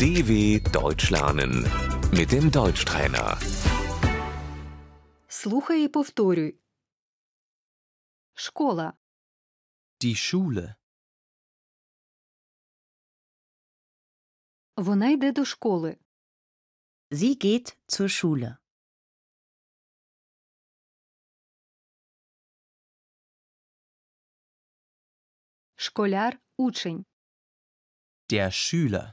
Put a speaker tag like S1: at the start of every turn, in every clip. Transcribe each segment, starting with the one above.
S1: DW Deutsch lernen mit dem Deutschtrainer.
S2: Слухай і повторюй. Школа,
S3: Die Schule.
S2: вона йде до школи.
S4: Sie geht zur Schule.
S2: Школяр, учень,
S3: Der Schüler.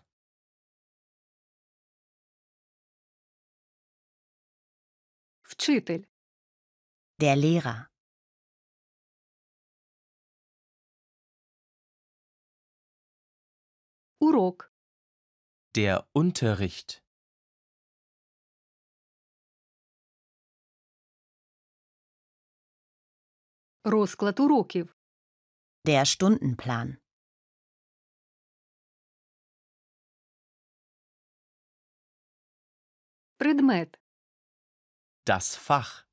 S2: вчитель,
S4: Der Lehrer.
S2: урок,
S3: Der Unterricht.
S2: розклад уроків,
S4: Der Stundenplan.
S2: предмет,
S3: Das Fach.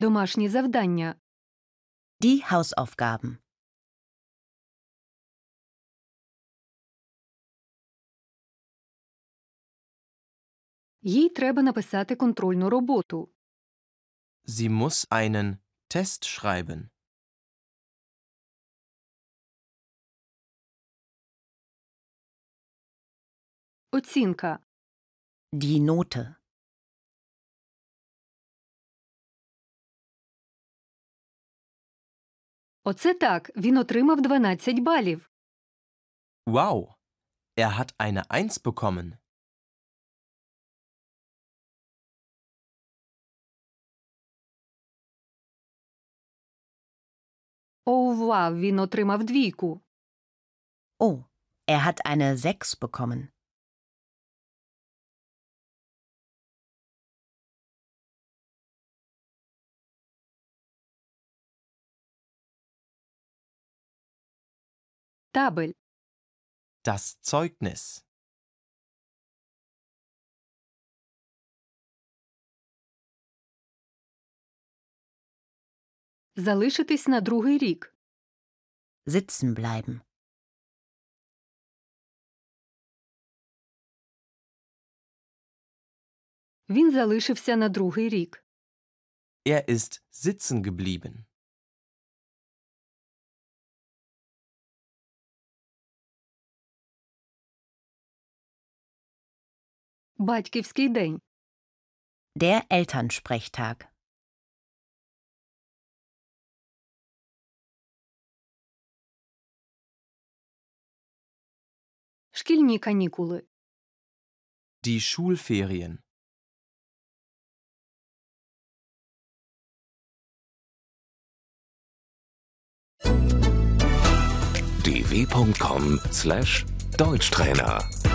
S2: домашні завдання,
S4: Die Hausaufgaben.
S2: їй треба написати контрольну роботу.
S3: Sie muss einen Test schreiben.
S2: Оцінка,
S4: Die Note.
S2: оце так, він отримав 12 балів.
S3: Wow. Er hat eine Eins bekommen.
S2: Оввав, він отримав двійку.
S4: Oh, er hat eine 6 bekommen.
S2: Табель,
S3: Das Zeugnis.
S2: залишитись на другий рік.
S4: Sitzen bleiben.
S2: Він залишився на другий рік.
S3: Er ist sitzen geblieben.
S2: Батьківський день.
S4: Der Elternsprechtag.
S2: Шкільні канікули.
S3: Die Schulferien.
S1: dw.com/deutschtrainer